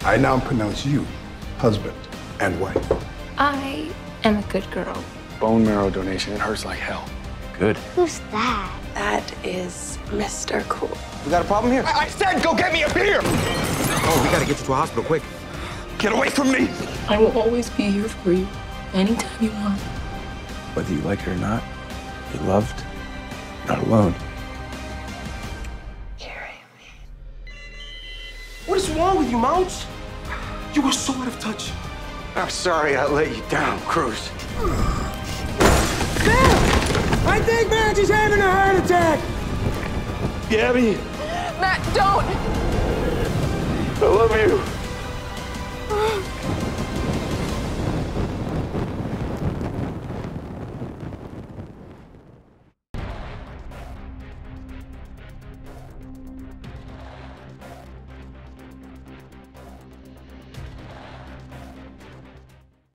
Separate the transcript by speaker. Speaker 1: I now pronounce you husband and wife.
Speaker 2: I am a good girl.
Speaker 3: Bone marrow donation, it hurts like hell.
Speaker 4: Good.
Speaker 5: Who's that?
Speaker 6: That is Mr. Cool.
Speaker 3: We got a problem here?
Speaker 7: I, I said go get me a beer!
Speaker 4: Oh, we gotta get you to a hospital quick.
Speaker 7: Get away from me!
Speaker 2: I will always be here for you anytime you want.
Speaker 4: Whether you like it or not, you're loved, not alone.
Speaker 6: Carry me.
Speaker 7: What is wrong with you, Mounts? You are so out of touch.
Speaker 3: I'm sorry I let you down, Cruz.
Speaker 7: I think Banshee's having a heart attack! Gabby,
Speaker 2: Matt, don't!
Speaker 7: I love you.